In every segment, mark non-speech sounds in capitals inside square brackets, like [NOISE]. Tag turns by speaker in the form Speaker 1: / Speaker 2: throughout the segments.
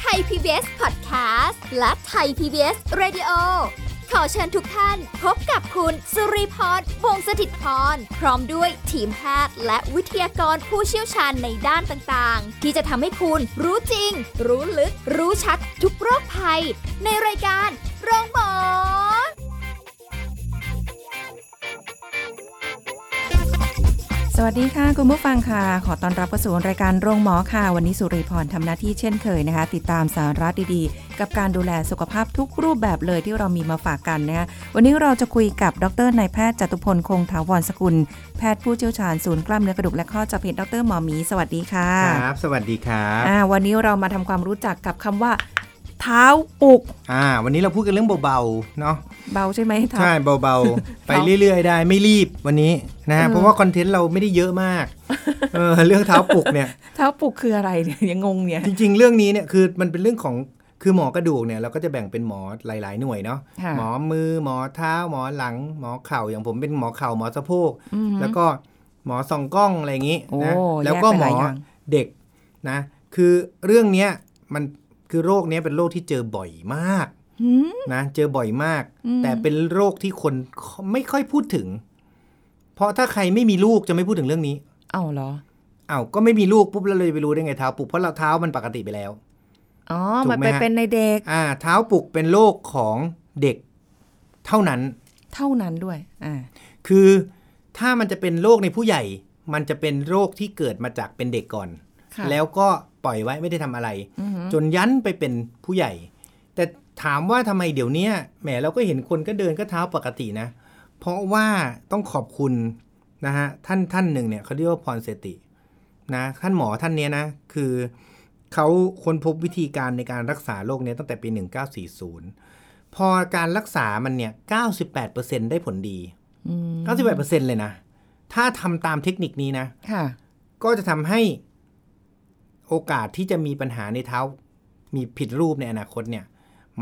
Speaker 1: ไทย PBS Podcast และไทย PBS Radio ขอเชิญทุกท่านพบกับคุณสุริพรวงศสถิตพร พร้อมด้วยทีมแพทย์และวิทยากรผู้เชี่ยวชาญในด้านต่างๆ ที่จะทำให้คุณรู้จริง รู้ลึก รู้ชัดทุกโรคภัย ในรายการโรงพยาบาล
Speaker 2: สวัสดีค่ะ คุณผู้ฟังค่ะ ขอต้อนรับเข้าสู่รายการโรงหมอค่ะ วันนี้สุริพรทำหน้าที่เช่นเคยนะคะ ติดตามสาระดีๆ กับการดูแลสุขภาพทุกรูปแบบเลยที่เรามีมาฝากกันนะคะวันนี้เราจะคุยกับดรนายแพทย์จตุพลคงถาวรสกุล แพทย์ผู้เชี่ยวชาญศูนย์กล้ามเนื้อกระดูกและข้อจากเพจดรหมอหมีสวัสดีค่ะ
Speaker 3: ครับ สวัสดีครับ
Speaker 2: อ่าวันนี้เรามาทำความรู้จักกับคำว่า เท้าปุก
Speaker 3: อ่าวันนี้เราพูดกันเรื่องเบาๆเนาะ
Speaker 2: เบาใช่ไหมเท้า
Speaker 3: ใช่เบา
Speaker 2: [LAUGHS]
Speaker 3: ๆ ไปเรื่อยๆได้ไม่รีบวันนี้นะฮะ
Speaker 2: เออ
Speaker 3: เพราะว่าคอนเทนต์เราไม่ได้เยอะ
Speaker 2: [LAUGHS]
Speaker 3: มากเออเรื่องเท้าปลุกเนี่ย
Speaker 2: เท้าปุกคืออะไรเนี่ยยังงงเนี่ย
Speaker 3: จริงๆ เรื่องนี้เนี่ยคือมันเป็นเรื่องของคือหมอกระดูกเนี่ยเราก็จะแบ่งเป็นหมอหลาย ๆ หน่วยเนาะ
Speaker 2: ค่ะ
Speaker 3: หมอมือหมอเท้าหมอหลัง หมอเข่าอย่างผมเป็นหมอเข่าหมอสะโพก
Speaker 2: ม
Speaker 3: แล้วก็หมอส่องกล้องอะไรอย่างนี้
Speaker 2: โอ้
Speaker 3: นะ
Speaker 2: แยก
Speaker 3: แล้วก็
Speaker 2: ไป
Speaker 3: ห
Speaker 2: ห
Speaker 3: ม
Speaker 2: ลา
Speaker 3: อย
Speaker 2: อย่าง
Speaker 3: เด็กนะ คือเรื่องเนี้ยมันคือโรคเนี้ยเป็นโรคที่เจอบ่อยมาก
Speaker 2: หืม
Speaker 3: นะเจอบ่อยมาก
Speaker 2: อืม
Speaker 3: แต่เป็นโรคที่คนไม่ค่อยพูดถึง เพราะถ้าใครไม่มีลูกจะไม่พูดถึงเรื่องนี้
Speaker 2: เอาเหรอ
Speaker 3: อ้าวก็ไม่มีลูกปุ๊บแล้วเราจะไปรู้ได้ไงเท้าปลุกเพราะเราเท้ามันปกติไปแล้ว
Speaker 2: อ๋อ
Speaker 3: ถูกไหม
Speaker 2: มันไป
Speaker 3: ฮะ
Speaker 2: เป็นในเด็ก
Speaker 3: อ่า เท้าปลุกเป็นโรคของเด็กเท่านั้น
Speaker 2: เท่านั้นด้วย อ่า
Speaker 3: คือถ้ามันจะเป็นโรคในผู้ใหญ่ มันจะเป็นโรคที่เกิดมาจากเป็นเด็กก่อน
Speaker 2: ค่ะ
Speaker 3: แล้วก็ปล่อยไว้ไม่ได้ทำอะไร
Speaker 2: อือหือ
Speaker 3: จนยันไปเป็นผู้ใหญ่ แต่ถามว่าทำไมเดี๋ยวเนี้ยแหมเราก็เห็นคนก็เดินก็เท้าปกตินะ เพราะว่าต้องขอบคุณนะฮะท่านท่านหนึ่งเนี่ยเขาเรียกว่าพรเสตินะท่านหมอท่านเนี้ยนะ คือเขาค้นพบวิธีการในการรักษาโรคเนี้ยตั้งแต่ปี 1940 พอการรักษามันเนี่ย 98%ได้ผลดี
Speaker 2: อืม
Speaker 3: 98%เลยนะ ถ้าทำตามเทคนิคนี้นะ
Speaker 2: ค่ะ
Speaker 3: ก็จะทำให้โอกาสที่จะมีปัญหาในเท้า มีผิดรูปในอนาคตเนี่ย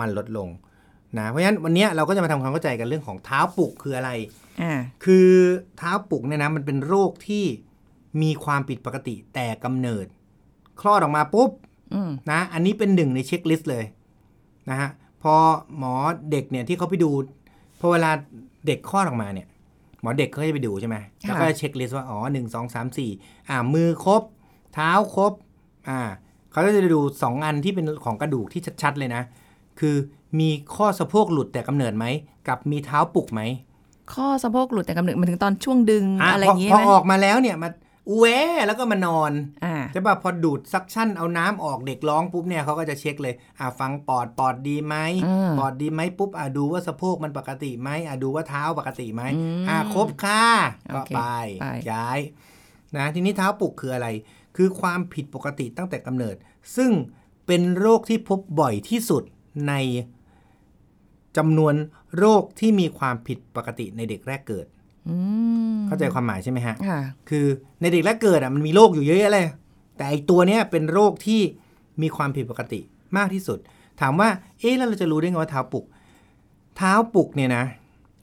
Speaker 3: มันลดลงนะเพราะฉะนั้นวันเนี้ยเราก็จะมาทำความเข้าใจกันเรื่องของเท้าปลุกคืออะไร
Speaker 2: อ่า
Speaker 3: คือเท้าปลุกเนี่ยนะมันเป็นโรคที่มีความผิดปกติแต่กำเนิด คลอดออกมาปุ๊บ
Speaker 2: อืม
Speaker 3: นะอันนี้เป็นหนึ่งในเช็คลิสต์เลยนะฮะพอหมอเด็กเนี่ยที่เขาไปดูพอเวลาเด็กคลอดออกมาเนี่ย หมอเด็กเขาจะไปดูใช่ไหมแล้วก็จะเช็คลิสต์ว่าอ๋อหนึ่งสองสามสี่อ่ามือครบ เท้าครบอ่าเขาก็จะดูสองอันที่เป็นของกระดูกที่ชัดๆเลยนะ คือมีข้อสะโพกหลุดแต่กำเนิดไหม กับมีเท้าปลุกไหม
Speaker 2: ข้อสะโพกหลุดแต่กำเนิดมันถึงตอนช่วงดึง
Speaker 3: ะ
Speaker 2: อะไรอย่างงี้
Speaker 3: พอ
Speaker 2: ไหม
Speaker 3: พอออกมาแล้วเนี่ยมาอุแวแล้วก็มานอน
Speaker 2: อ่า
Speaker 3: ใช่ป่ะพอดูดซักชั่นเอาน้ำออกเด็กร้องปุ๊บเนี่ยเขาก็จะเช็คเลย อ่าฟังปอดปอดดีไหม
Speaker 2: อืม
Speaker 3: ปอดดีไหมปุ๊บอ่าดูว่าสะโพกมันปกติไหมอ่าดูว่าเท้าปกติไหม
Speaker 2: อืม
Speaker 3: อ่าครบค่ะก็
Speaker 2: โอเค
Speaker 3: ไป
Speaker 2: ไป
Speaker 3: ย้ายนะทีนี้เท้าปลุกคืออะไร คือความผิดปกติตั้งแต่กำเนิด ซึ่งเป็นโรคที่พบบ่อยที่สุดในจำนวนโรคที่มีความผิดปกติในเด็กแรกเกิด
Speaker 2: อืม
Speaker 3: เข้าใจความหมายใช่ไหมฮะ
Speaker 2: ค่ะ
Speaker 3: คือในเด็กแรกเกิดอ่ะมันมีโรคอยู่เยอะแยะเลย แต่ไอตัวเนี้ยเป็นโรคที่มีความผิดปกติมากที่สุด ถามว่าเอ๊ะแล้วเราจะรู้ได้ไงว่าเท้าปลุก เท้าปลุกเนี่ยนะ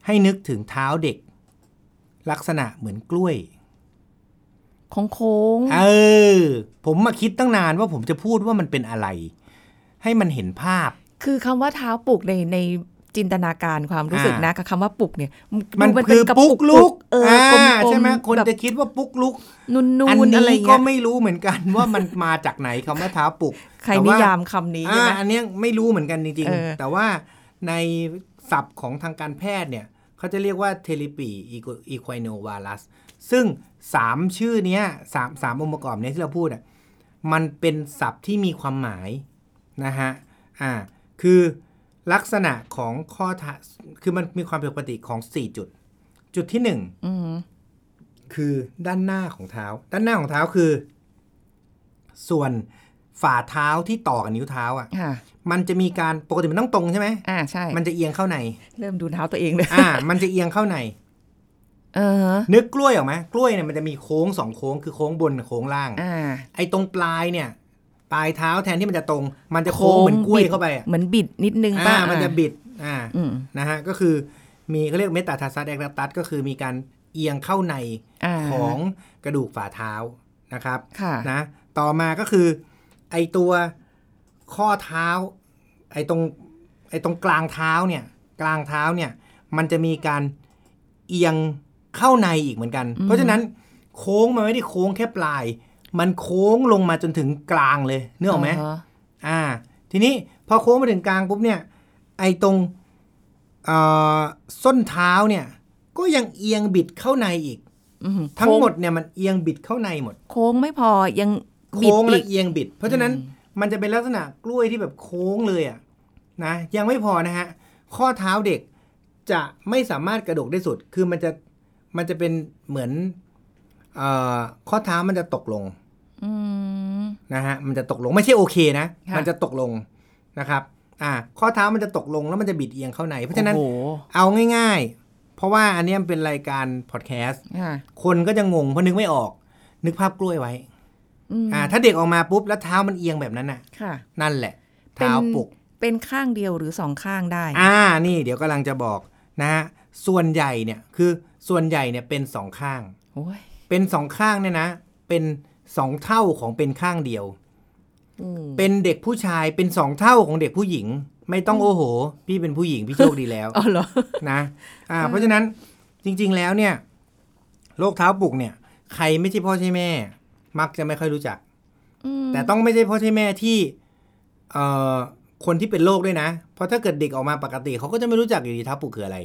Speaker 3: ให้นึกถึงเท้าเด็ก ลักษณะเหมือนกล้วย
Speaker 2: ของโค้ง
Speaker 3: เออ ผมมาคิดตั้งนานว่าผมจะพูดว่ามันเป็นอะไร ให้มันเห็นภาพ
Speaker 2: ๆคือคำว่าเท้าปลุกในในจินตนาการความรู้สึกนะกับคำว่าปลุกเนี่ย
Speaker 3: มัน
Speaker 2: ดูเป็
Speaker 3: คือ
Speaker 2: ระ
Speaker 3: ปุกลุก
Speaker 2: เออ
Speaker 3: อ่าก
Speaker 2: ลมๆ
Speaker 3: ใช่ไหมคน
Speaker 2: แบบ
Speaker 3: จะคิดว่าปุกลุก
Speaker 2: นุ่
Speaker 3: อั
Speaker 2: นๆอะไร
Speaker 3: นี้ก็
Speaker 2: เงี้ย
Speaker 3: ไม่รู้เหมือนกันว่ามันมาจากไหนคำว่าเท้าปลุก
Speaker 2: ใคร
Speaker 3: แต่
Speaker 2: นิ
Speaker 3: ว่
Speaker 2: ยามคำนี้
Speaker 3: อ่า
Speaker 2: ใช่ไหม
Speaker 3: อันเนี้ยไม่รู้เหมือนกันจริง
Speaker 2: เออ
Speaker 3: ๆ แต่ว่าในศัพท์ของทางการแพทย์เนี่ยเขาจะเรียกว่าเทลิปีอีคว i โนวาลัสซึ่ง 3 ชื่อเนี้ยสามสามองค์ประกอบเนี้ยที่เราพูดอ่ะมันเป็นศัพท์ที่มีความหมายนะฮะอ่าคือลักษณะของข้อเท้าคือมันมีความผิดปกติของ 4 จุด จุดที่
Speaker 2: อืม
Speaker 3: 1 คือด้านหน้าของเท้า ด้านหน้าของเท้าคือ ส่วนฝ่าเท้าที่ต่อกับนิ้วเท้าอ่ะ
Speaker 2: ค่ะ
Speaker 3: มันจะมีการปกติมันต้องตรงใช่ไหม
Speaker 2: อ่าใช่
Speaker 3: มันจะเอียงเข้าใน
Speaker 2: เริ่มดูเท้าตัวเองเลย
Speaker 3: อ่า มันจะเอียงเข้าใน
Speaker 2: เออฮะ
Speaker 3: นึกกล้วยออกไหมกล้วยเนี่ยมันจะมีโค้งสองโค้งคือโค้งบนกับโค้งล่าง
Speaker 2: อ่า
Speaker 3: ไอ้ตรงปลายเนี่ย ปลายเท้าแทนที่มันจะตรง มันจะโค้งเหมือนกล้วยเข้าไปอะ
Speaker 2: เหมือนบิดนิดนึงป่ะ
Speaker 3: อ่า มันจะบิด อ่า
Speaker 2: อืม
Speaker 3: นะฮะ ก็คือ มีเขาเรียกเมตาทาซัสแอคลตัสก็คือมีการเอียงเข้าใน
Speaker 2: อา
Speaker 3: ของกระดูกฝ่าเท้านะครับ
Speaker 2: ค่ะ
Speaker 3: นะต่อมาก็คือไอตัวข้อเท้า ไอตรงไอตรงกลางเท้าเนี่ยกลางเท้าเนี่ยมันจะมีการเอียงเข้าในอีกเหมือนกัน
Speaker 2: อืม
Speaker 3: เพราะฉะนั้นโค้งมันไม่ได้โค้งแค่ปลาย มันโค้งลงมาจนถึงกลางเลยเนื้ออกไหม
Speaker 2: ฮะ
Speaker 3: อ่า ทีนี้พอโค้งมาถึงกลางปุ๊บเนี่ยไอตรงเอ่อส้นเท้าเนี่ยก็ยังเอียงบิดเข้าในอีก
Speaker 2: อืออ
Speaker 3: ทั้ง
Speaker 2: โค้
Speaker 3: หมดเนี่ยมันเอียงบิดเข้าในหมด
Speaker 2: โค้งไม่พอยัง
Speaker 3: โค้งและ
Speaker 2: อีก
Speaker 3: เอียงบิด เพราะฉะนั้น
Speaker 2: อืม
Speaker 3: มันจะเป็นลักษณะกล้วยที่แบบโค้งเลยอ่ะนะยังไม่พอนะฮะ ข้อเท้าเด็กจะไม่สามารถกระดกได้สุด คือมันจะมันจะเป็นเหมือนเอ่อข้อเท้ามันจะตกลง
Speaker 2: อืม
Speaker 3: นะฮะมันจะตกลงไม่ใช่โอเคนะ
Speaker 2: ค่ะ
Speaker 3: มันจะตกลงนะครับอ่าข้อเท้ามันจะตกลงแล้วมันจะบิดเอียงเข้าในเพราะฉะนั้น
Speaker 2: โอ้โห
Speaker 3: เอาง่ายๆ เพราะว่าอันเนี้ยมันเป็นรายการพอดแคสต์
Speaker 2: ค่ะ
Speaker 3: คนก็จะงงเพราะนึกไม่ออก นึกภาพกล้วยไว้
Speaker 2: ม
Speaker 3: อ่าถ้าเด็กออกมาปุ๊บแล้วเท้ามันเอียงแบบนั้นอ่ะ
Speaker 2: ค่ะ
Speaker 3: นั่นแหละ
Speaker 2: เป็น
Speaker 3: เท้าปลุก
Speaker 2: เป็นข้างเดียวหรือสองข้างได้
Speaker 3: อ่านี่เดี๋ยวกำลังจะบอกนะฮะส่วนใหญ่เนี่ยคือส่วนใหญ่เนี่ยเป็นสองข้าง
Speaker 2: โอ้ย
Speaker 3: เป็นสองข้างเนี่ยนะ เป็นสองเท่าของเป็นข้างเดียว
Speaker 2: อืม
Speaker 3: เป็นเด็กผู้ชายเป็นสองเท่าของเด็กผู้หญิง ไม่ต้องโอ้โห พี่เป็นผู้หญิงพี่โชคดีแล้ว
Speaker 2: [LAUGHS] อ๋อเหรอ
Speaker 3: นะอ่าเพราะฉะนั้นจริงๆแล้วเนี่ยโรคเท้าปลุกเนี่ย ใครไม่ใช่พ่อใช่แม่ มักจะไม่ค่อยรู้จัก
Speaker 2: อืม
Speaker 3: แต่ต้องไม่ใช่พ่อใช่แม่ที่เอ่อคนที่เป็นโรคด้วยนะ เพราะถ้าเกิดเด็กออกมาปกติเขาก็จะไม่รู้จักอยู่ดีเท้าปลุกคืออะไร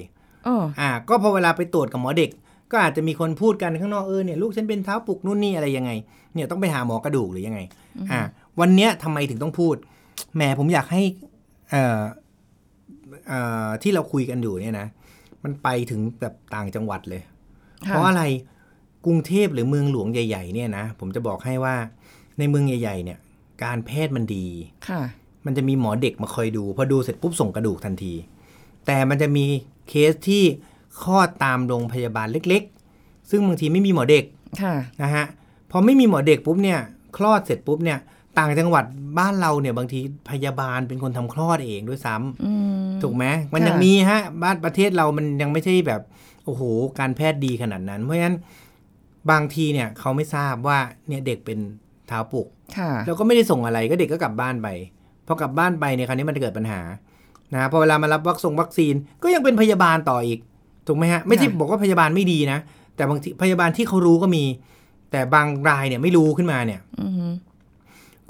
Speaker 2: อ๋อ
Speaker 3: อ่า ก็พอเวลาไปตรวจกับหมอเด็ก ก็อาจจะมีคนพูดกันข้างนอกเออเนี่ยลูกฉันเป็นเท้าปลุกนู่นนี่อะไรยังไง เนี่ยต้องไปหาหมอกระดูกหรือยังไง อ่า วันเนี้ยทำไมถึงต้องพูดแหมผมอยากให้เอ่อเอ่อที่เราคุยกันอยู่เนี่ยนะ มันไปถึงแบบต่างจังหวัดเลย
Speaker 2: ค่
Speaker 3: เพราะอะไรกรุงเทพหรือเมืองหลวงใหญ่ๆเนี่ยนะผมจะบอกให้ว่าในเมืองใหญ่ๆเนี่ย การแพทย์มันดี
Speaker 2: ค่ะ
Speaker 3: มันจะมีหมอเด็กมาคอยดูพอดูเสร็จปุ๊บส่งกระดูกทันที แต่มันจะมีเคสที่คลอดตามโรงพยาบาลเล็กๆ ซึ่งบางทีไม่มีหมอเด็ก
Speaker 2: ค่ะ
Speaker 3: นะฮะพอไม่มีหมอเด็กปุ๊บเนี่ยคลอดเสร็จปุ๊บเนี่ยต่างจังหวัดบ้านเราเนี่ยบางทีพยาบาลเป็นคนทำคลอดเองด้วยซ้ำ
Speaker 2: อืม
Speaker 3: ถูกไหมมันยัง
Speaker 2: ค่ะ
Speaker 3: มีฮะบ้านประเทศเรามันยังไม่ใช่แบบ โอ้โห การแพทย์ดีขนาดนั้น เพราะฉะนั้นบางทีเนี่ยเขาไม่ทราบว่าเนี่ยเด็กเป็นเท้าปลุก
Speaker 2: ค่ะ
Speaker 3: แล้วก็ไม่ได้ส่งอะไรก็เด็กก็กลับบ้านไปพอกลับบ้านไปเนี่ยคราวนี้มันจะเกิดปัญหานะพอเวลามารับวัคซงวัคซีนก็ยังเป็นพยาบาลต่ออีก ถูกไหมฮะ ไม่ใช่
Speaker 2: ค่ะ
Speaker 3: บอกว่าพยาบาลไม่ดีนะ แต่บางทีพยาบาลที่เขารู้ก็มี แต่บางรายเนี่ยไม่รู้ขึ้นมาเนี่ย
Speaker 2: อืม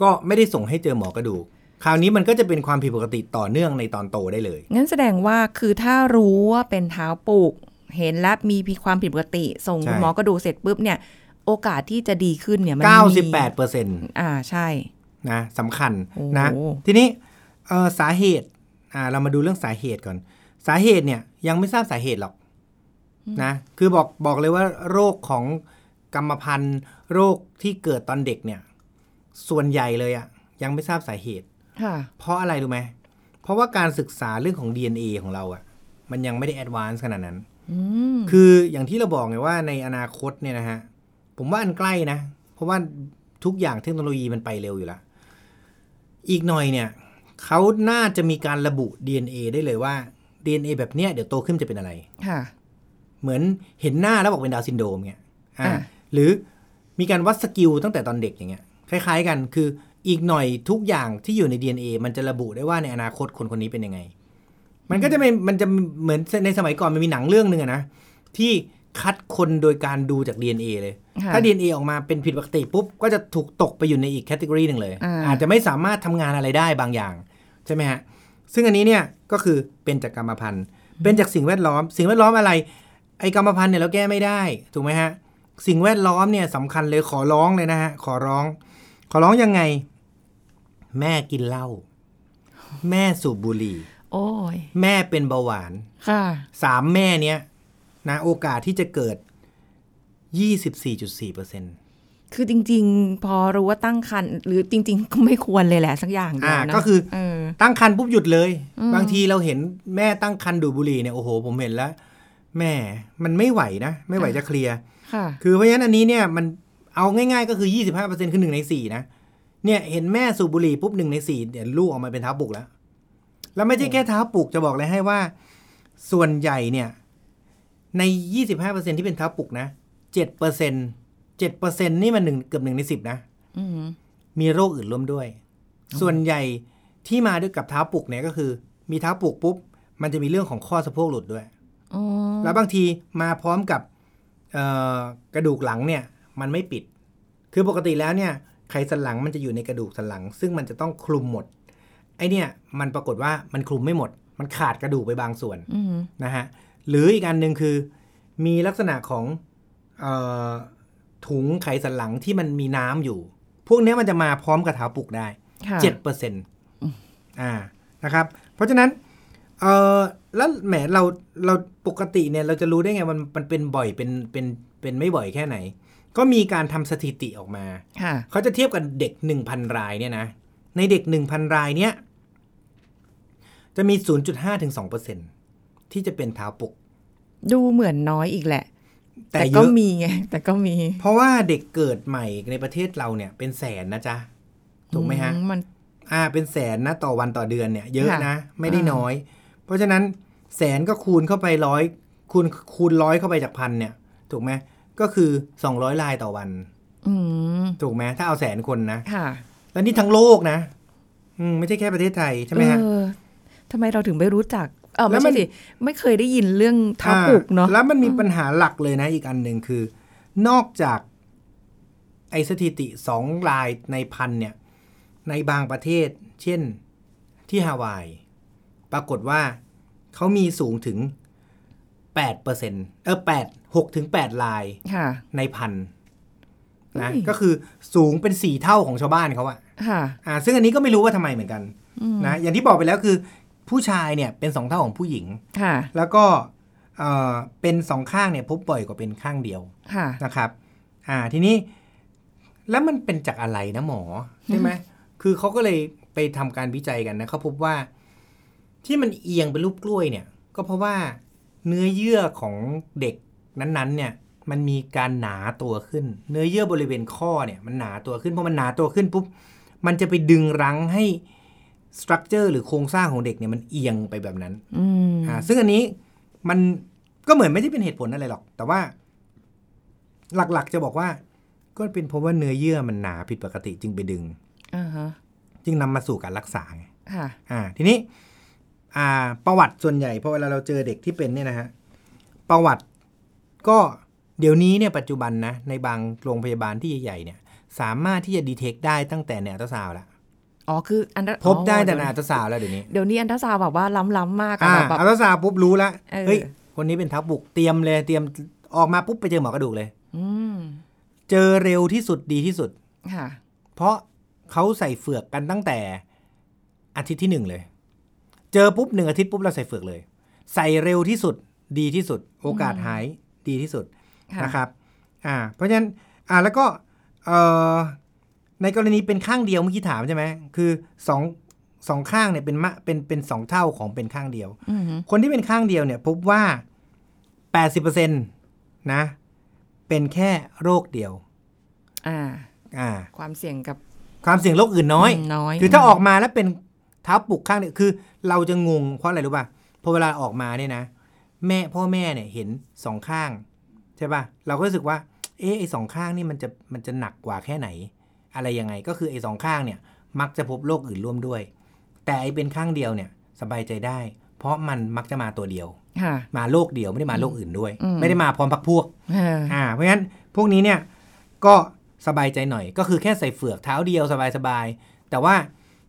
Speaker 3: ก็ไม่ได้ส่งให้เจอหมอกระดูก คราวนี้มันก็จะเป็นความผิดปกติต่อเนื่องในตอนโตได้เลย
Speaker 2: งั้นแสดงว่าคือถ้ารู้ว่าเป็นเท้าปลูก เห็นและมีมีความผิดปกติ ส่ง
Speaker 3: ใช่
Speaker 2: คุณหมอก็ดูเสร็จปุ๊บเนี่ย โอกาสที่จะดีขึ้นเนี่ยมันมี
Speaker 3: 98เปอร์เซ็นต์
Speaker 2: อ่าใช่
Speaker 3: นะสำคัญ
Speaker 2: โอ้
Speaker 3: นะ
Speaker 2: โห
Speaker 3: ทีนี้เอ่อสาเหตุอ่าเรามาดูเรื่องสาเหตุก่อน สาเหตุเนี่ยยังไม่ทราบสาเหตุหรอกนะคือบอกบอกเลยว่าโรคของกรรมพันธุ์ โรคที่เกิดตอนเด็กเนี่ย ส่วนใหญ่เลยอะยังไม่ทราบสาเหตุ
Speaker 2: ค่ะ
Speaker 3: เพราะอะไรรู้ไหมเพราะว่าการศึกษาเรื่องของ DNA ของเราอะมันยังไม่ได้แอดวานซ์ขนาดนั้น
Speaker 2: อืม
Speaker 3: คืออย่างที่เราบอกไงว่าในอนาคตเนี่ยนะฮะ ผมว่าอันใกล้นะ เพราะว่าทุกอย่างเทคโนโลยีมันไปเร็วอยู่แล้วอีกหน่อยเนี่ย เขาน่าจะมีการระบุ DNA ได้เลยว่า DNA แบบเนี้ยเดี๋ยวโตขึ้นจะเป็นอะไร
Speaker 2: ค่ะ
Speaker 3: เหมือนเห็นหน้าแล้วบอกเป็นดาวน์ซินโดรมเงี้ยอ่า
Speaker 2: อ่า
Speaker 3: หรือมีการวัดสกิลตั้งแต่ตอนเด็กอย่างเงี้ยคล้าย ๆ กันคืออีกหน่อยทุกอย่างที่อยู่ใน DNA มันจะระบุได้ว่าในอนาคตคนคนนี้เป็นยังไง มันก็จะเป็นมันจะเหมือนในสมัยก่อนมันมีหนังเรื่องหนึ่งอะนะที่คัดคนโดยการดูจาก DNA เลย
Speaker 2: ค่ะ
Speaker 3: ถ้า DNA ออกมาเป็นผิดปกติปุ๊บ ก็จะถูกตกไปอยู่ในอีกแคตตากรีหนึ่งเลย
Speaker 2: อ่า
Speaker 3: อาจจะไม่สามารถทำงานอะไรได้บางอย่าง ใช่ไหมฮะ ซึ่งอันนี้เนี่ยก็คือเป็นจากกรรมพันธุ์ เป็นจากสิ่งแวดล้อม สิ่งแวดล้อมอะไร ไอ้กรรมพันธุ์เนี่ยเราแก้ไม่ได้ ถูกไหมฮะ สิ่งแวดล้อมเนี่ยสำคัญเลยขอร้องเลยนะฮะ ขอร้อง ขอร้องยังไง แม่กินเหล้า แม่สูบบุหรี่
Speaker 2: โอ้ย
Speaker 3: แม่เป็นเบาหวาน
Speaker 2: ค่ะ
Speaker 3: สามแม่เนี้ยนะโอกาสที่จะเกิด 24.4%เปอร์เซ็นต์
Speaker 2: คือจริง ๆ พอรู้ว่าตั้งครรภ์หรือจริง ๆ ก็ไม่ควรเลยแหละสักอย่างเดียว
Speaker 3: อ่า
Speaker 2: นะ
Speaker 3: ก็คือ
Speaker 2: เออ
Speaker 3: ตั้งคันปุ๊บหยุดเลย
Speaker 2: อืม
Speaker 3: บางทีเราเห็นแม่ตั้งคันดูดบุหรี่เนี่ยโอ้โห ผมเห็นแล้วแม่มันไม่ไหวนะ ไม่ไหวจะเคลียร์
Speaker 2: ค่ะ
Speaker 3: คือเพราะฉะนั้นอันนี้เนี่ยมันเอาง่ายๆก็คือ 25%คือหนึ่งในสี่นะ เนี่ยเห็นแม่สูบบุหรี่ปุ๊บหนึ่งในสี่เนี่ยลูกออกมาเป็นเท้าปลุกแล้ว แล้วไม่ใช่แค่เท้าปลุกจะบอกเลยให้ว่า ส่วนใหญ่เนี่ย ใน 25%ที่เป็นเท้าปลุกนะ 7% 7%นี่มันหนึ่งเกือบหนึ่งในสิบนะ
Speaker 2: อืม
Speaker 3: มีโรคอื่นร่วมด้วย ส่วนใหญ่ที่มาด้วยกับเท้าปลุกเนี่ยก็คือ มีเท้าปลุกปุ๊บ มันจะมีเรื่องของข้อสะโพกหลุดด้วย
Speaker 2: อ๋อ
Speaker 3: แล้วบางทีมาพร้อมกับเอ่อกระดูกหลังเนี่ยมันไม่ปิด คือปกติแล้วเนี่ยไขสันหลังมันจะอยู่ในกระดูกสันหลัง ซึ่งมันจะต้องคลุมหมด ไอเนี่ยมันปรากฏว่ามันคลุมไม่หมด มันขาดกระดูกไปบางส่วน
Speaker 2: อืม
Speaker 3: นะฮะ หรืออีกอันหนึ่งคือ มีลักษณะของเออถุงไขสันหลังที่มันมีน้ำอยู่ พวกเนี้ยมันจะมาพร้อมกับเท้าปลุกได้
Speaker 2: ค่ะ
Speaker 3: เจ็ดเปอร์เซ็นต์อ่า นะครับ เพราะฉะนั้น เออแล้วแหมเรา เราปกติเนี่ย เราจะรู้ได้ไงมันมันเป็นบ่อย เป็น เป็น เป็นไม่บ่อยแค่ไหน ก็มีการทำสถิติออกมา
Speaker 2: ค่ะ
Speaker 3: เขาจะเทียบกับเด็ก 1,000 รายเนี่ยนะ ในเด็ก 1,000 รายเนี่ย จะมี 0.5ถึง2%ที่จะเป็นเท้าปลุก
Speaker 2: ดูเหมือนน้อยอีกแหละ
Speaker 3: แต่
Speaker 2: แต่
Speaker 3: เย
Speaker 2: ก็
Speaker 3: อะ
Speaker 2: มีไงแต่ก็มี
Speaker 3: เพราะว่าเด็กเกิดใหม่ในประเทศเราเนี่ย เป็นแสนนะจ๊ะ ถูกไหมฮะ
Speaker 2: อืมัน
Speaker 3: อ่าเป็นแสนนะต่อวันต่อเดือนเนี่ยเยอะนะ
Speaker 2: ค่ะ
Speaker 3: ไม่ได้
Speaker 2: อ่า
Speaker 3: น้อย เพราะฉะนั้นแสนก็คูณเข้าไปร้อยคูณคูณร้อยเข้าไปจากพันเนี่ย ถูกไหมก็คือ 200 ลายต่อวัน
Speaker 2: อืม
Speaker 3: ถูกไหมถ้าเอาแสนคนนะ
Speaker 2: ค่ะ
Speaker 3: แล้วนี่ทั้งโลกนะ อืมไม่ใช่แค่ประเทศไทยใช่ไหมฮะ
Speaker 2: เออทำไมเราถึงไม่รู้จัก เออ
Speaker 3: แล้
Speaker 2: ไม่
Speaker 3: วมั
Speaker 2: ใช่
Speaker 3: น
Speaker 2: สิไม่เคยได้ยินเรื่องเท้าปลุกเนาะ
Speaker 3: อ่แล้วมันมีปัญหาหลักเลยนะอีกอันหนึ่งคือ นอกจากไอสถิติสองลายในพันเนี่ย ในบางประเทศ เช่นที่ฮาวาย ปรากฏว่าเขามีสูงถึง8เปอร์เซ็นเออ8 6ถึง8ลาย
Speaker 2: ค่ะ
Speaker 3: ในพันนะ
Speaker 2: เฮ้ย
Speaker 3: ก็คือสูงเป็นสี่เท่าของชาวบ้านเขาอะ
Speaker 2: ค่ะ
Speaker 3: อ่า ซึ่งอันนี้ก็ไม่รู้ว่าทำไมเหมือนกัน
Speaker 2: อืม
Speaker 3: นะอย่างที่บอกไปแล้วคือ ผู้ชายเนี่ยเป็นสองเท่าของผู้หญิง
Speaker 2: ค่ะ
Speaker 3: แล้วก็เอ่อเป็นสองข้างเนี่ยพบบ่อยกว่าเป็นข้างเดียว
Speaker 2: ค่ะ
Speaker 3: นะครับ อ่าทีนี้แล้วมันเป็นจากอะไรนะหมอ ใช่ไหมคือเขาก็เลยไปทำการวิจัยกันนะเขาพบว่า ที่มันเอียงเป็นรูปกล้วยเนี่ย ก็เพราะว่าเนื้อเยื่อของเด็กนั้นๆ เนี่ย มันมีการหนาตัวขึ้น เนื้อเยื่อบริเวณข้อเนี่ยมันหนาตัวขึ้นเพราะมันหนาตัวขึ้นปุ๊บมันจะไปดึงรั้งให้สตรัคเจอร์หรือโครงสร้างของเด็กเนี่ยมันเอียงไปแบบนั้น
Speaker 2: อืม
Speaker 3: อ่าซึ่งอันนี้มันก็เหมือนไม่ได้เป็นเหตุผลอะไรหรอก แต่ว่า หลักๆจะบอกว่า ก็เป็นเพราะว่าเนื้อเยื่อมันหนาผิดปกติจึงไปดึง
Speaker 2: อ่าฮะ
Speaker 3: จึงนำมาสู่การรักษาไง
Speaker 2: ค่ะ
Speaker 3: อ่า ทีนี้ อ่า ประวัติส่วนใหญ่พอเวลาเราเจอเด็กที่เป็นเนี่ยนะฮะประวัติก็เดี๋ยวนี้เนี่ยปัจจุบันนะในบางโรงพยาบาลที่ใหญ่ๆเนี่ย สามารถที่จะดีเทคได้ตั้งแต่ในอัลตราซาวด์แล้ว
Speaker 2: อ๋อคืออัน
Speaker 3: พบได้แต่ในอั
Speaker 2: นา
Speaker 3: ลตราซาวด์แล้วเดี๋ยวนี้
Speaker 2: เดี๋ยวนี้อันดาซาวด์แบบว่าล้ำล้ำๆมากอะ
Speaker 3: อ่า
Speaker 2: แบบ
Speaker 3: อัลตราซาวด์ปุ๊บรู้แล้ว
Speaker 2: เออ
Speaker 3: เฮ้ย คนนี้เป็นเท้าบุกเตรียมเลย เตรียมออกมาปุ๊บไปเจอหมอกระดูกเลย
Speaker 2: อืม
Speaker 3: เจอเร็วที่สุดดีที่สุด
Speaker 2: ค่ะ
Speaker 3: เพราะเขาใส่เฟือกกันตั้งแต่อาทิตย์ที่หนึ่งเลย เจอปุ๊บหนึ่งอาทิตย์ปุ๊บเราใส่เฟือกเลย ใส่เร็วที่สุดดีที่สุด โอกาสหายดีที่สุด
Speaker 2: ค่ะ
Speaker 3: นะครับ อ่า เพราะฉะนั้นอ่าแล้วก็เอ่อในกรณีเป็นข้างเดียวเมื่อกี้ถามใช่ไหมคือสองสองข้างเนี่ยเป็นมะเป็นเป็นสองเท่าของเป็นข้างเดียว
Speaker 2: อืมฮึ
Speaker 3: คนที่เป็นข้างเดียวเนี่ยพบว่า 80%นะ เป็นแค่โรคเดียว
Speaker 2: อ่า
Speaker 3: อ่า
Speaker 2: ความเสี่ยงกับ
Speaker 3: ความเสี่ยงโรคอื่นน้อย
Speaker 2: มน้อย
Speaker 3: คือถ้าออกมาแล้วเป็นเท้าปลุกข้างเนี่ยคือ เราจะงงเพราะอะไรรู้ป่ะพอเวลาออกมาเนี่ยนะ แม่พ่อแม่เนี่ยเห็นสองข้าง ใช่ป่ะ เราก็รู้สึกว่า เอ๊ะไอ้สองข้างนี่มันจะมันจะหนักกว่าแค่ไหน อะไรยังไงก็คือไอ้สองข้างเนี่ย มักจะพบโรคอื่นร่วมด้วย แต่ไอ้เป็นข้างเดียวเนี่ยสบายใจได้ เพราะมันมักจะมาตัวเดียว
Speaker 2: ค่ะ
Speaker 3: มาโรคเดียวไม่ได้มาโรคอื่นด้วย
Speaker 2: อืม
Speaker 3: ไม่ได้มาพร้อมพักพวก
Speaker 2: เออ
Speaker 3: อ่า เพราะฉะนั้นพวกนี้เนี่ยก็สบายใจหน่อย ก็คือแค่ใส่เฟือกเท้าเดียวสบายๆ แต่ว่า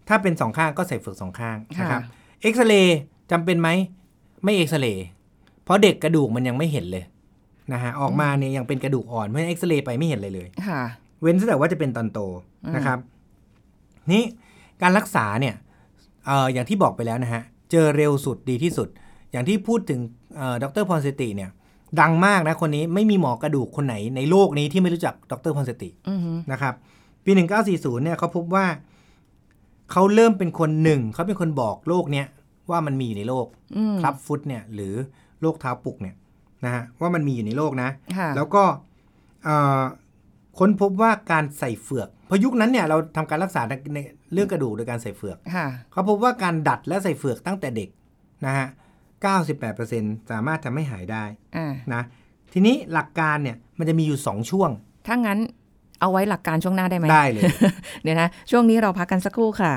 Speaker 3: ถ้าเป็นสองข้างก็ใส่เฟือกสองข้างนะ
Speaker 2: ค่ะ
Speaker 3: ครับเอ็กซเรย์จำเป็นไหมไม่เอ็กซเรย์เพราะเด็กกระดูกมันยังไม่เห็นเลยนะฮะออกมาเนี่ยยังเป็นกระดูกอ่อนเพราะฉะนั้นเอ็กซเรย์ไปไม่เห็นเลยเลย
Speaker 2: ค่ะ
Speaker 3: เว้นแต่ว่าจะเป็นตอนโต
Speaker 2: อืม
Speaker 3: นะครับ นี่การรักษาเนี่ยเอออย่างที่บอกไปแล้วนะฮะ เจอเร็วสุดดีที่สุด อย่างที่พูดถึงดรพรเซติเนี่ย ดังมากนะคนนี้ไม่มีหมอกระดูกคนไหนในโลกนี้ที่ไม่รู้จักดรพรเซติ
Speaker 2: อืมฮึ
Speaker 3: นะครับ ปี 1940 เนี่ยเขาพบว่า เขาเริ่มเป็นคนหนึ่ง เขาเป็นคนบอกโลกเนี้ยว่ามันมีอยู่ในโลก
Speaker 2: อืม
Speaker 3: ครับฟุตเนี่ย หรือโรคเท้าปลุกเนี่ยนะฮะว่ามันมีอยู่ในโลกนะ
Speaker 2: ค่ะ
Speaker 3: แล้วก็เอ่อค้นพบว่าการใส่เฟือกเพราะยุคนั้นเนี่ยเราทำการรักษาในในเรื่องกระดูกโดยการใส่เฟือก
Speaker 2: ค่ะ
Speaker 3: เขาพบว่าการดัดและใส่เฟือกตั้งแต่เด็กนะฮะ 98%สามารถทำให้หายได้
Speaker 4: อ่า
Speaker 3: นะทีนี้หลักการเนี่ยมันจะมีอยู่ 2 ช่วง
Speaker 4: ถ้างั้นเอาไว้หลักการช่วงหน้าได้ไหม
Speaker 3: ได้เลย
Speaker 4: เดี๋ยวนะ ช่วงนี้เราพักกันสักครู่ค่ะ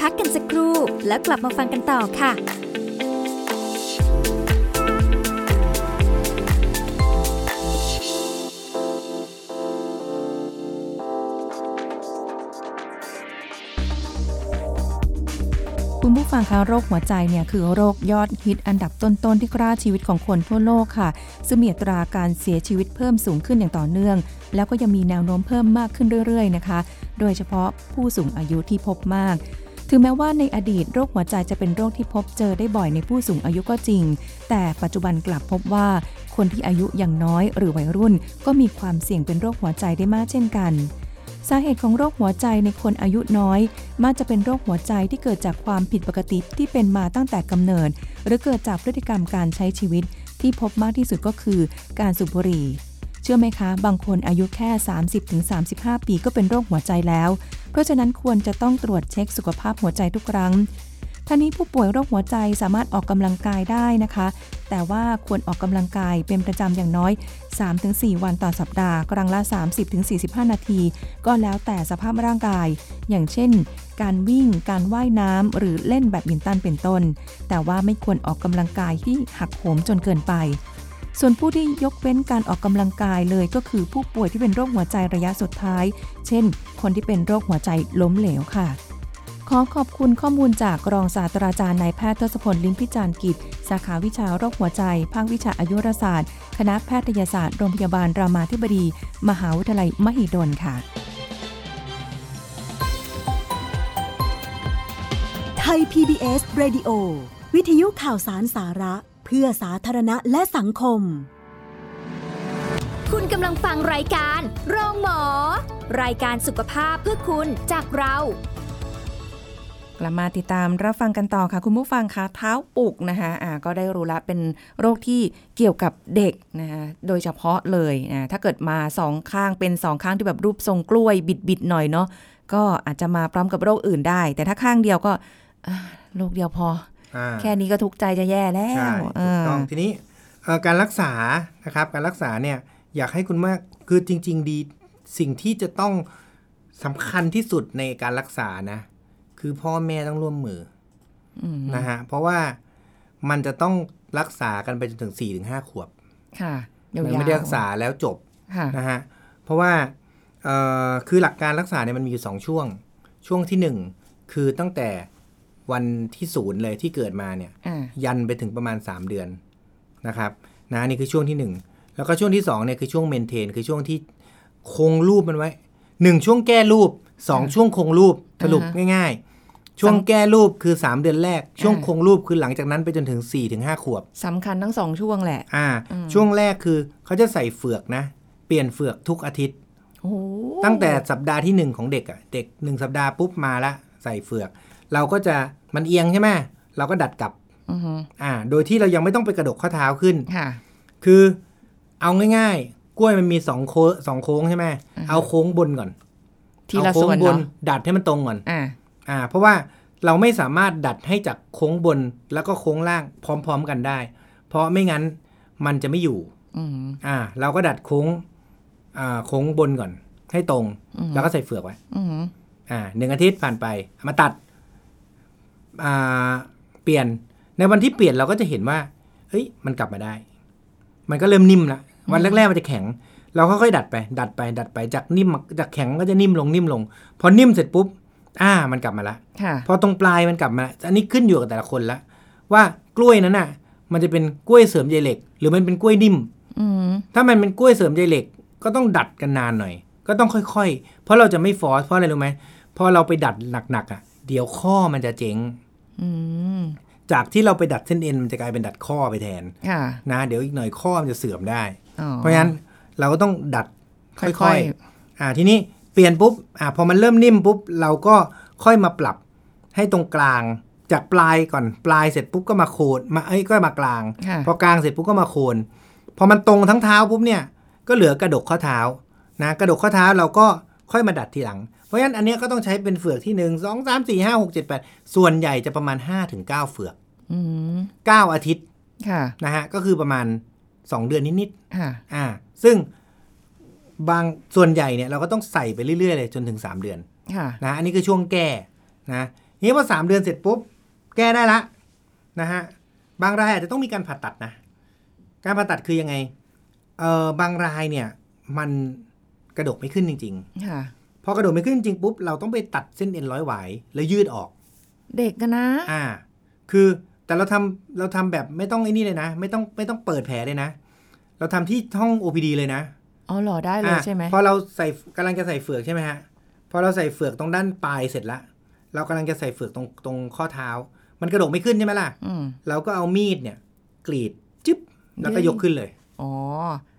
Speaker 1: พักกันสักครู่แล้วกลับมาฟังกันต่อค่ะ
Speaker 4: คุณผู้ฟังคะโรคหัวใจเนี่ยคือโรคยอดฮิตอันดับต้นๆที่ฆ่าชีวิตของคนทั่วโลกค่ะ ซึ่งมีอัตราการเสียชีวิตเพิ่มสูงขึ้นอย่างต่อเนื่อง แล้วก็ยังมีแนวโน้มเพิ่มมากขึ้นเรื่อยๆนะคะ โดยเฉพาะผู้สูงอายุที่พบมาก ถึงแม้ว่าในอดีตโรคหัวใจจะเป็นโรคที่พบเจอได้บ่อยในผู้สูงอายุก็จริง แต่ปัจจุบันกลับพบว่า คนที่อายุยังน้อยหรือวัยรุ่น ก็มีความเสี่ยงเป็นโรคหัวใจได้มากเช่นกัน สาเหตุของโรคหัวใจในคนอายุน้อย มักจะเป็นโรคหัวใจที่เกิดจากความผิดปกติที่เป็นมาตั้งแต่กำเนิด หรือเกิดจากพฤติกรรมการใช้ชีวิต ที่พบมากที่สุดก็คือการสูบบุหรี่ เชื่อไหมคะ บางคนอายุแค่ 30-35 ปีก็เป็นโรคหัวใจแล้ว เพราะฉะนั้นควรจะต้องตรวจเช็คสุขภาพหัวใจทุกครั้งท่านี้ผู้ป่วยโรคหัวใจสามารถออกกำลังกายได้นะคะ แต่ว่าควรออกกำลังกายเป็นประจำอย่างน้อย 3-4 วันต่อสัปดาห์ ครั้งละ 30-45 นาที ก็แล้วแต่สภาพร่างกาย อย่างเช่น การวิ่ง การว่ายน้ำ หรือเล่นแบดมินตันเป็นต้น แต่ว่าไม่ควรออกกำลังกายที่หักโหมจนเกินไป ส่วนผู้ที่ยกเว้นการออกกำลังกายเลยก็คือผู้ป่วยที่เป็นโรคหัวใจระยะสุดท้าย เช่น คนที่เป็นโรคหัวใจล้มเหลวค่ะ ขอขอบคุณข้อมูลจากรองศาสตราจารย์นายแพทย์ทศพลลิ้มพิจารณ์กิจ สาขาวิชาโรคหัวใจ ภาควิชาอายุรศาสตร์ คณะแพทยศาสตร์โรงพยาบาลรามาธิบดี มหาวิทยาลัยมหิดลค่ะ
Speaker 5: ไทย PBS Radio วิทยุข่าวสารสาระ เพื่อสาธารณะและสังคม
Speaker 1: คุณกำลังฟังรายการโรงหมอ รายการสุขภาพเพื่อคุณจากเรา
Speaker 4: กลับมาติดตามรับฟังกันต่อค่ะ คุณผู้ฟังคะเท้าปุกนะคะอ่าก็ได้รู้ละเป็นโรคที่เกี่ยวกับเด็กนะคะโดยเฉพาะเลยนะถ้าเกิดมาสองข้างเป็นสองข้างที่แบบรูปทรงกล้วยบิดๆหน่อยเนาะก็อาจจะมาพร้อมกับโรคอื่นได้ แต่ถ้าข้างเดียวก็อ่าโรคเดียวพอ
Speaker 3: อ่า
Speaker 4: แค่นี้ก็ทุกข์ใจจะแย่แล้ว
Speaker 3: ใช่
Speaker 4: เอ
Speaker 3: ถูก
Speaker 4: อ
Speaker 3: ต้องทีนี้เอ่อการรักษานะครับการรักษาเนี่ยอยากให้คุณมากคือจริง ๆ ดีสิ่งที่จะต้องสำคัญที่สุดในการรักษานะคือพ่อแม่ต้องร่วมมือ
Speaker 4: อืม
Speaker 3: อนะฮะเพราะว่ามันจะต้องรักษากันไปจนถึง4ี่ถึงห้าขวบ
Speaker 4: ค่ะยา
Speaker 3: มั
Speaker 4: วน
Speaker 3: ไม่ได้รักษาแล้วจบ
Speaker 4: ค่ะ
Speaker 3: นะฮะเพราะว่าเอ่อคือหลักการรักษาเนี่ยมันมีอยู่สองช่วง ช่วงที่หนึ่งคือตั้งแต่วันที่ศูนย์เลยที่เกิดมาเนี่ย
Speaker 4: อ่า
Speaker 3: ยันไปถึงประมาณ 3 เดือนนะครับนะนี่คือช่วงที่ 1 แล้วก็ช่วงที่2เนี่ยคือช่วงเมนเทน คือช่วงที่คงรูปมันไว้ 1 ช่วงแก้รูป 2 ช่วงคงรูปสรุปง่ายๆ ช่วงแก้รูปคือ 3 เดือนแรก ช่วงคงรูปคือหลังจากนั้นไปจนถึง 4-5 ขวบ
Speaker 4: สำคัญทั้งสองช่วงแหละ
Speaker 3: อ่า
Speaker 4: อืม
Speaker 3: ช่วงแรกคือเขาจะใส่เฟือกนะ เปลี่ยนเฟือกทุกอาทิตย์
Speaker 4: โอ้โห
Speaker 3: ตั้งแต่สัปดาห์ที่หนึ่งของเด็กอะ่ะเด็กหนึ่งสัปดาห์ปุ๊บมาละใส่เฟือก เราก็จะมันเอียงใช่ไหมเราก็ดัดกลับ
Speaker 4: อือฮึ
Speaker 3: อ่า โดยที่เรายังไม่ต้องไปกระดกข้อเท้าขึ้น
Speaker 4: ค่ะ
Speaker 3: คือเอาง่ายๆ กล้วยมันมีสองโค้งสองโค้งใช่ไหม
Speaker 4: อ่าฮะ
Speaker 3: เอาโค้งบนก่อน
Speaker 4: ที
Speaker 3: เอา
Speaker 4: ละ
Speaker 3: โค้
Speaker 4: ส่
Speaker 3: ง
Speaker 4: วน
Speaker 3: บน
Speaker 4: เนาะ
Speaker 3: ดัดให้มันตรงก่อน
Speaker 4: อ่า
Speaker 3: อ่า เพราะว่าเราไม่สามารถดัดให้จากโค้งบนแล้วก็โค้งล่างพร้อม ๆกันได้ เพราะไม่งั้นมันจะไม่อยู่
Speaker 4: อืม
Speaker 3: อ่า เราก็ดัดโค้ง อ่า โค้งบนก่อน ให้ตรง
Speaker 4: อืม
Speaker 3: แล้วก็ใส่เฟือกไว้
Speaker 4: อืม
Speaker 3: อ่าหนึ่งอาทิตย์ผ่านไปมาตัดอ่าเปลี่ยนในวันที่เปลี่ยนเราก็จะเห็นว่าเฮ้ยมันกลับมาได้ มันก็เริ่มนิ่มละวันแรกๆมันจะแข็ง เราค่อยๆดัดไป ดัดไป ดัดไปจากนิ่มจากแข็งก็จะนิ่มลงนิ่มลง พอนิ่มเสร็จปุ๊บ อ่า มันกลับมาละ
Speaker 4: ค่ะ
Speaker 3: พอตรงปลายมันกลับมาละอันนี้ขึ้นอยู่กับแต่ละคนละว่ากล้วยนั้นน่ะ มันจะเป็นกล้วยเสริมใยเหล็ก หรือมันเป็นกล้วยนิ่ม
Speaker 4: อืม
Speaker 3: ถ้ามันเป็นกล้วยเสริมใยเหล็กก็ต้องดัดกันนานหน่อย ก็ต้องค่อยๆ เพราะเราจะไม่ฟอสเพราะอะไรรู้ไหมพอเราไปดัดหนักๆอ่ะเดี๋ยวข้อมันจะเจ๊ง
Speaker 4: อืม
Speaker 3: จากที่เราไปดัดเส้นเอ็นมันจะกลายเป็นดัดข้อไปแทน
Speaker 4: ค่ะ
Speaker 3: นะเดี๋ยวอีกหน่อยข้อมันจะเสื่อมได้
Speaker 4: อ๋อ
Speaker 3: เพราะฉะนั้นเราก็ต้องดัดค่
Speaker 4: ค่
Speaker 3: อ
Speaker 4: อย ย
Speaker 3: ๆ อ่าทีนี้เปลี่ยนปุ๊บอ่าพอมันเริ่มนิ่มปุ๊บเราก็ค่อยมาปรับให้ตรงกลางจากปลายก่อนปลายเสร็จปุ๊บก็มาโคนมาเอ้ยก็มากลาง
Speaker 4: ๆ ค่ะ
Speaker 3: พอกลางเสร็จปุ๊บก็มาโคนพอมันตรงทั้งเท้าปุ๊บเนี่ยก็เหลือกระดกข้อเท้านะกระดกข้อเท้าเราก็ค่อยมาดัดทีหลัง เพราะฉะนั้นอันเนี้ยก็ต้องใช้เป็นเฟือกที่หนึ่งสองสามสี่ห้าหกเจ็ดแปดส่วนใหญ่จะประมาณห้าถึงเก้าเฟือก
Speaker 2: อืม
Speaker 3: เก้าอาทิตย์
Speaker 2: ค่ะ
Speaker 3: นะฮะก็คือประมาณสองเดือนนิด
Speaker 2: ค่ะ
Speaker 3: ๆอ่า ซึ่งบางส่วนใหญ่เนี่ยเราก็ต้องใส่ไปเรื่อยๆเลยจนถึงสามเดือน
Speaker 2: ค่ะ
Speaker 3: นะอันนี้คือช่วงแก้นะทีนี้พอสามเดือนเสร็จปุ๊บ แก้ได้ละนะฮะบางรายอาจจะต้องมีการผ่าตัดนะ การผ่าตัดคือยังไงเออบางรายเนี่ยมันกระดกไม่ขึ้นจริง
Speaker 2: ค่ะ
Speaker 3: ๆ พอกระดกไม่ขึ้นจริงๆปุ๊บเราต้องไปตัดเส้นเอ็นร้อยหวายแล้วยืดออก
Speaker 2: เด็กกันนะ
Speaker 3: อ่าคือแต่เราทำเราทำแบบไม่ต้องไอ้นี่เลยนะ ไม่ต้องไม่ต้องเปิดแผลเลยนะ เราทำที่ห้อง OPD เลยนะ
Speaker 2: อ๋อเหรอได้เลย
Speaker 3: อ่ะ
Speaker 2: ใช่ไหม
Speaker 3: พอเราใส่กำลังจะใส่เฟือกใช่ไหมฮะพอเราใส่เฟือกตรงด้านปลายเสร็จละเรากำลังจะใส่เฟือกตรงตรงข้อเท้า มันกระดกไม่ขึ้นใช่ไหมล่ะ
Speaker 2: อืม
Speaker 3: เราก็เอามีดเนี่ย กรีดจึ๊บแล้วก็ยกขึ้นเลย
Speaker 2: อ๋อ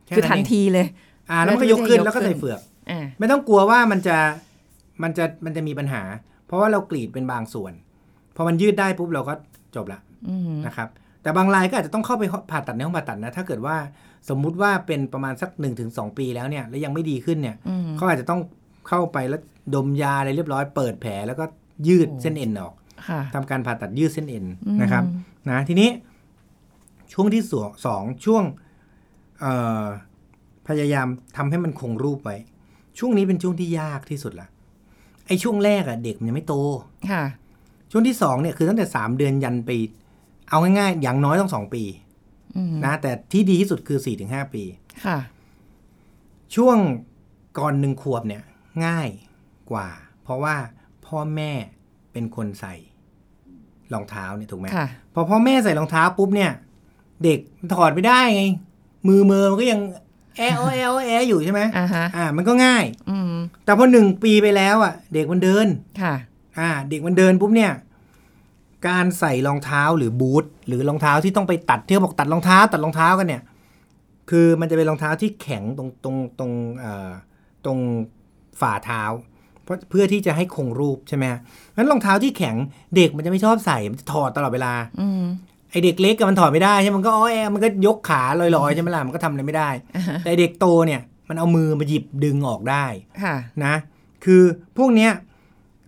Speaker 3: แค่
Speaker 2: คือ
Speaker 3: นั้น
Speaker 2: ทัน
Speaker 3: เอง
Speaker 2: ทีเลย
Speaker 3: อ่าแล้วมันก็
Speaker 2: แล้ว
Speaker 3: ยกขึ้น
Speaker 2: จะยก
Speaker 3: แล้วก็
Speaker 2: ขึ้น
Speaker 3: ใส่เฟือก
Speaker 2: อ่า
Speaker 3: ไม่ต้องกลัวว่ามันจะมันจะมันจะมีปัญหา เพราะว่าเรากรีดเป็นบางส่วนพอมันยืดได้ปุ๊บเราก็จบละ
Speaker 2: อืม
Speaker 3: นะครับแต่บางรายก็อาจจะต้องเข้าไปผ่าตัดในห้องผ่าตัดนะ ถ้าเกิดว่าสมมุติว่าเป็นประมาณสัก 1-2 ปีแล้วเนี่ย แล้วยังไม่ดีขึ้นเนี่ย
Speaker 2: อืม
Speaker 3: เขาอาจจะต้องเข้าไปแล้วดมยาอะไรเรียบร้อยเปิดแผลแล้วก็ยืด
Speaker 2: โอ้
Speaker 3: เส้นเอ็นออก
Speaker 2: ค่ะ
Speaker 3: ทำการผ่าตัดยืดเส้นเอ็น
Speaker 2: อืม
Speaker 3: นะครับนะทีนี้ช่วงที่สองสองช่วงเอ่อพยายามทำให้มันคงรูปไว้ ช่วงนี้เป็นช่วงที่ยากที่สุดละไอ้ช่วงแรกอะเด็กมันยังไม่โต
Speaker 2: ค่ะ
Speaker 3: ช่วงที่สองเนี่ยคือตั้งแต่สามเดือนยันไป เอาง่ายๆ อย่างน้อยต้องสองปี
Speaker 2: อืม
Speaker 3: นะแต่ที่ดีที่สุดคือสี่ถึงห้าปี
Speaker 2: ค่ะ
Speaker 3: ช่วงก่อนหนึ่งขวบเนี่ยง่ายกว่า เพราะว่าพ่อแม่เป็นคนใส่รองเท้าเนี่ยถูกไหม
Speaker 2: ค่ะ
Speaker 3: พอพ่อแม่ใส่รองเท้าปุ๊บเนี่ย เด็กถอดไม่ได้ไง มือเมือมันก็ยังแอะโอแอะโอแอะอยู่ใช่ไหม
Speaker 2: อ่าฮะ
Speaker 3: อ่า มันก็ง่าย
Speaker 2: อืม
Speaker 3: แต่พอหนึ่งปีไปแล้วอ่ะ เด็กมันเดิน
Speaker 2: ค่ะ
Speaker 3: อ่าเด็กมันเดินปุ๊บเนี่ย การใส่รองเท้าหรือบูทหรือรองเท้าที่ต้องไปตัดที่เขาบอกตัดรองเท้า ตัดรองเท้ากันเนี่ย คือมันจะเป็นรองเท้าที่แข็งตรงตรงตรงเอ่อตรงฝ่าเท้า เพราะเพื่อที่จะให้คงรูปใช่ไหมฮะงั้นรองเท้าที่แข็งเด็กมันจะไม่ชอบใส่มันจะถอดตลอดเวลา
Speaker 2: อืม
Speaker 3: ไอเด็กเล็กกับมันถอดไม่ได้ใช่ไหมมันก็อ้อแอมันก็ยกขาลอยๆใช่ไหมล่ะมันก็ทำอะไรไม่ได้ แต่เด็กโตเนี่ยมันเอามือมาหยิบดึงออกได้
Speaker 2: ค่ะ
Speaker 3: นะคือพวกเนี้ย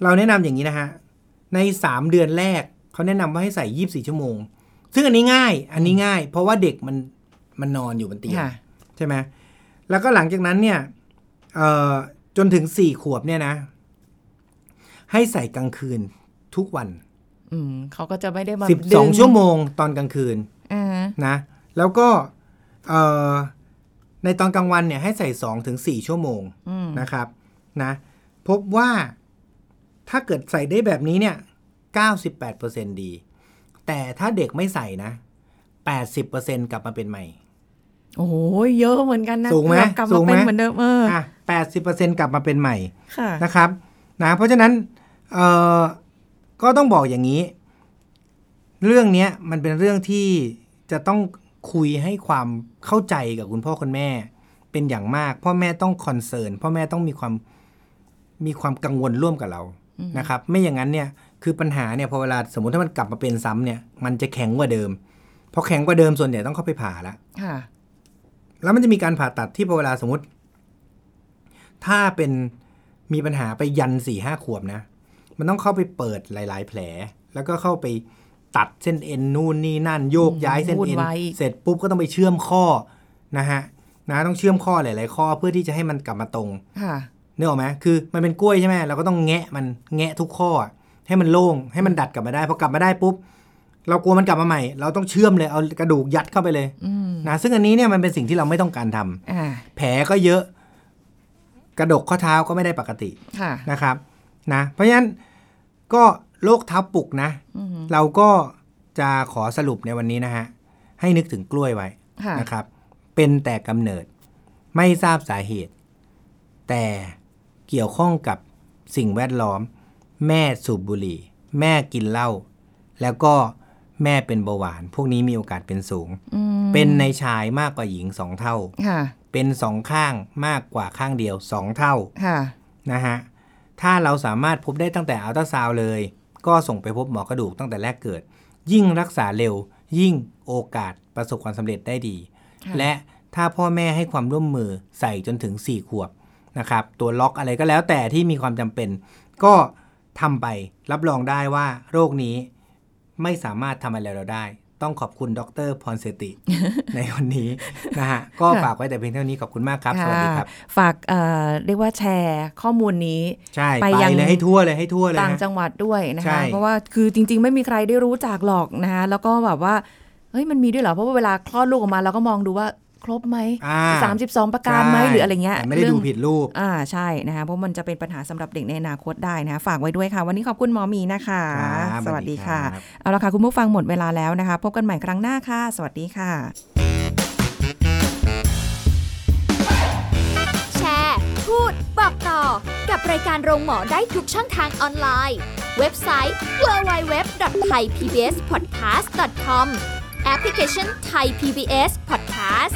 Speaker 3: เราแนะนำอย่างนี้นะฮะ ใน 3 เดือนแรกเขาแนะนำว่าให้ใส่ 24 ชั่วโมง ซึ่งอันนี้ง่ายอันนี้ง่าย เพราะว่าเด็กมันมันนอนอยู่บนเตียง
Speaker 2: ค่ะ
Speaker 3: ใช่ไหมแล้วก็หลังจากนั้นเนี่ยเอ่อจนถึง 4 ขวบเนี่ยนะ ให้ใส่กลางคืนทุกวัน
Speaker 2: อืม เขาก็จะไม่ได้มาดึ
Speaker 3: 12 ชั่วโมงตอนกลางคืน
Speaker 2: อ่า
Speaker 3: นะแล้วก็เอ่อในตอนกลางวันเนี่ยให้ใส่ 2-4 ชั่วโมง
Speaker 2: อืม
Speaker 3: นะครับนะพบว่าถ้าเกิดใส่ได้แบบนี้เนี่ย 98%ดี แต่ถ้าเด็กไม่ใส่นะ 80%กลับมาเป็นใหม่
Speaker 2: โอ้โหเยอะเหมือนกันนะ
Speaker 3: สูงไหม
Speaker 2: เกือบกลับ
Speaker 3: สู
Speaker 2: มาง
Speaker 3: ไหม
Speaker 2: เป็นเหมือนเดิมเอออ
Speaker 3: อ่ะ80%กลับมาเป็นใหม่
Speaker 2: ค่ะ
Speaker 3: นะครับนะเพราะฉะนั้นเอ่อก็ต้องบอกอย่างนี้ เรื่องเนี้ยมันเป็นเรื่องที่จะต้องคุยให้ความเข้าใจกับคุณพ่อคุณแม่ เป็นอย่างมาก พ่อแม่ต้องคอนเซิร์นพ่อแม่ต้องมีความมีความกังวลร่วมกับเรานะครับ ไม่อย่างนั้นเนี่ยคือปัญหาเนี่ยพอเวลาสมมติถ้ามันกลับมาเป็นซ้ำเนี่ย มันจะแข็งกว่าเดิมพอแข็งกว่าเดิมส่วนใหญ่ต้องเข้าไปผ่าละ
Speaker 2: ค่ะ
Speaker 3: แล้วมันจะมีการผ่าตัดที่พอเวลาสมมติ ถ้าเป็นมีปัญหาไปยันสี่ห้าขวบนะ มันต้องเข้าไปเปิดหลาย ๆ แผล แล้วก็เข้าไปตัดเส้นเอ็นนู่นนี่นั่นโยก
Speaker 2: อืม
Speaker 3: ย้ายเส้น
Speaker 2: วุ่น
Speaker 3: เอ็น
Speaker 2: วายอีก
Speaker 3: เสร็จปุ๊บก็ต้องไปเชื่อมข้อนะฮะนะต้องเชื่อมข้อหลาย ๆ ข้อเพื่อที่จะให้มันกลับมาตรง
Speaker 2: ค่ะ
Speaker 3: นึกออกไหมคือมันเป็นกล้วยใช่ไหมเราก็ต้องแงะมันแงะทุกข้ออะให้มันโล่งให้มันดัดกลับมาได้พอกลับมาได้ปุ๊บเรากลัวมันกลับมาใหม่ เราต้องเชื่อมเลยเอากระดูกยัดเข้าไปเลย
Speaker 2: อืม
Speaker 3: นะซึ่งอันนี้เนี่ยมันเป็นสิ่งที่เราไม่ต้องการทำ
Speaker 2: อ่า
Speaker 3: แผลก็เยอะ กระดกข้อเท้าก็ไม่ได้ปกติ
Speaker 2: ค่ะ
Speaker 3: นะครับนะเพราะฉะนั้นก็โรคเท้าปลุกนะ
Speaker 2: อืม
Speaker 3: เราก็จะขอสรุปในวันนี้นะฮะ ให้นึกถึงกล้วยไว้
Speaker 2: ค่ะ
Speaker 3: นะครับ เป็นแต่กำเนิดไม่ทราบสาเหตุ แต่เกี่ยวข้องกับสิ่งแวดล้อม แม่สูบบุหรี่ แม่กินเหล้าแล้วก็แม่เป็นเบาหวาน พวกนี้มีโอกาสเป็นสูง
Speaker 2: อืม
Speaker 3: เป็นในชายมากกว่าหญิงสองเท่า
Speaker 2: ค่ะ
Speaker 3: เป็นสองข้างมากกว่าข้างเดียวสองเท่า
Speaker 2: ค่ะ
Speaker 3: นะฮะ ถ้าเราสามารถพบได้ตั้งแต่อัลตราซาวด์เลย ก็ส่งไปพบหมอกระดูกตั้งแต่แรกเกิด ยิ่งรักษาเร็ว ยิ่งโอกาสประสบความสำเร็จได้ดี
Speaker 2: ค่ะ
Speaker 3: และถ้าพ่อแม่ให้ความร่วมมือใส่จนถึง 4 ขวบ นะครับตัวล็อกอะไรก็แล้วแต่ที่มีความจำเป็น ก็ทำไปรับรองได้ว่าโรคนี้ไม่สามารถทำอะไรเราได้ ต้องขอบคุณดรพรเส
Speaker 2: [LAUGHS]
Speaker 3: ติ ในวันนี้นะฮะก็
Speaker 2: ค่ะ
Speaker 3: ฝากไว้แต่เพียงเท่านี้ขอบคุณมากครับ สวัสดีครับ
Speaker 2: ฝากเอ่อเรียกว่าแชร์ข้อมูลนี้
Speaker 3: ใช่
Speaker 2: ไป
Speaker 3: ไป
Speaker 2: ยัง
Speaker 3: เลยให้ทั่วเลยให้ทั่วเลย
Speaker 2: ต่าง
Speaker 3: นะ
Speaker 2: จังหวัดด้วยนะ
Speaker 3: ใช่
Speaker 2: คะ เพราะว่าคือจริง ๆ ไม่มีใครได้รู้จักหรอกนะคะแล้วก็แบบว่าเฮ้ยมันมีด้วยเหรอเพราะว่าเวลาคลอดลูกออกมาเราก็มองดูว่าครบไหม
Speaker 3: อ่
Speaker 2: สามสิบสองประการไหม
Speaker 3: ใช่
Speaker 2: หรืออะไรเงี้ย
Speaker 3: แต่ไม่ได้
Speaker 2: เรื่
Speaker 3: ดู
Speaker 2: อง
Speaker 3: ผิดรูป
Speaker 2: อ่าใช่นะคะเพราะมันจะเป็นปัญหาสำหรับเด็กในอนาคตได้นะคะ ฝากไว้ด้วยค่ะ วันนี้ขอบคุณหมอหมีนะคะ
Speaker 3: ครับ
Speaker 2: สวัสดีค่ะ
Speaker 3: สวัสดีครับ
Speaker 2: เอาละค่ะ คุณผู้ฟังหมดเวลาแล้วนะคะ พบกันใหม่ครั้งหน้าค่ะ สวัสดีค่ะ
Speaker 1: แชร์ พูด บอกต่อ กับรายการโรงหมอได้ทุกช่องทางออนไลน์ เว็บไซต์ www.thaipbspodcast.com แอปพลิเคชัน Thai PBS Podcast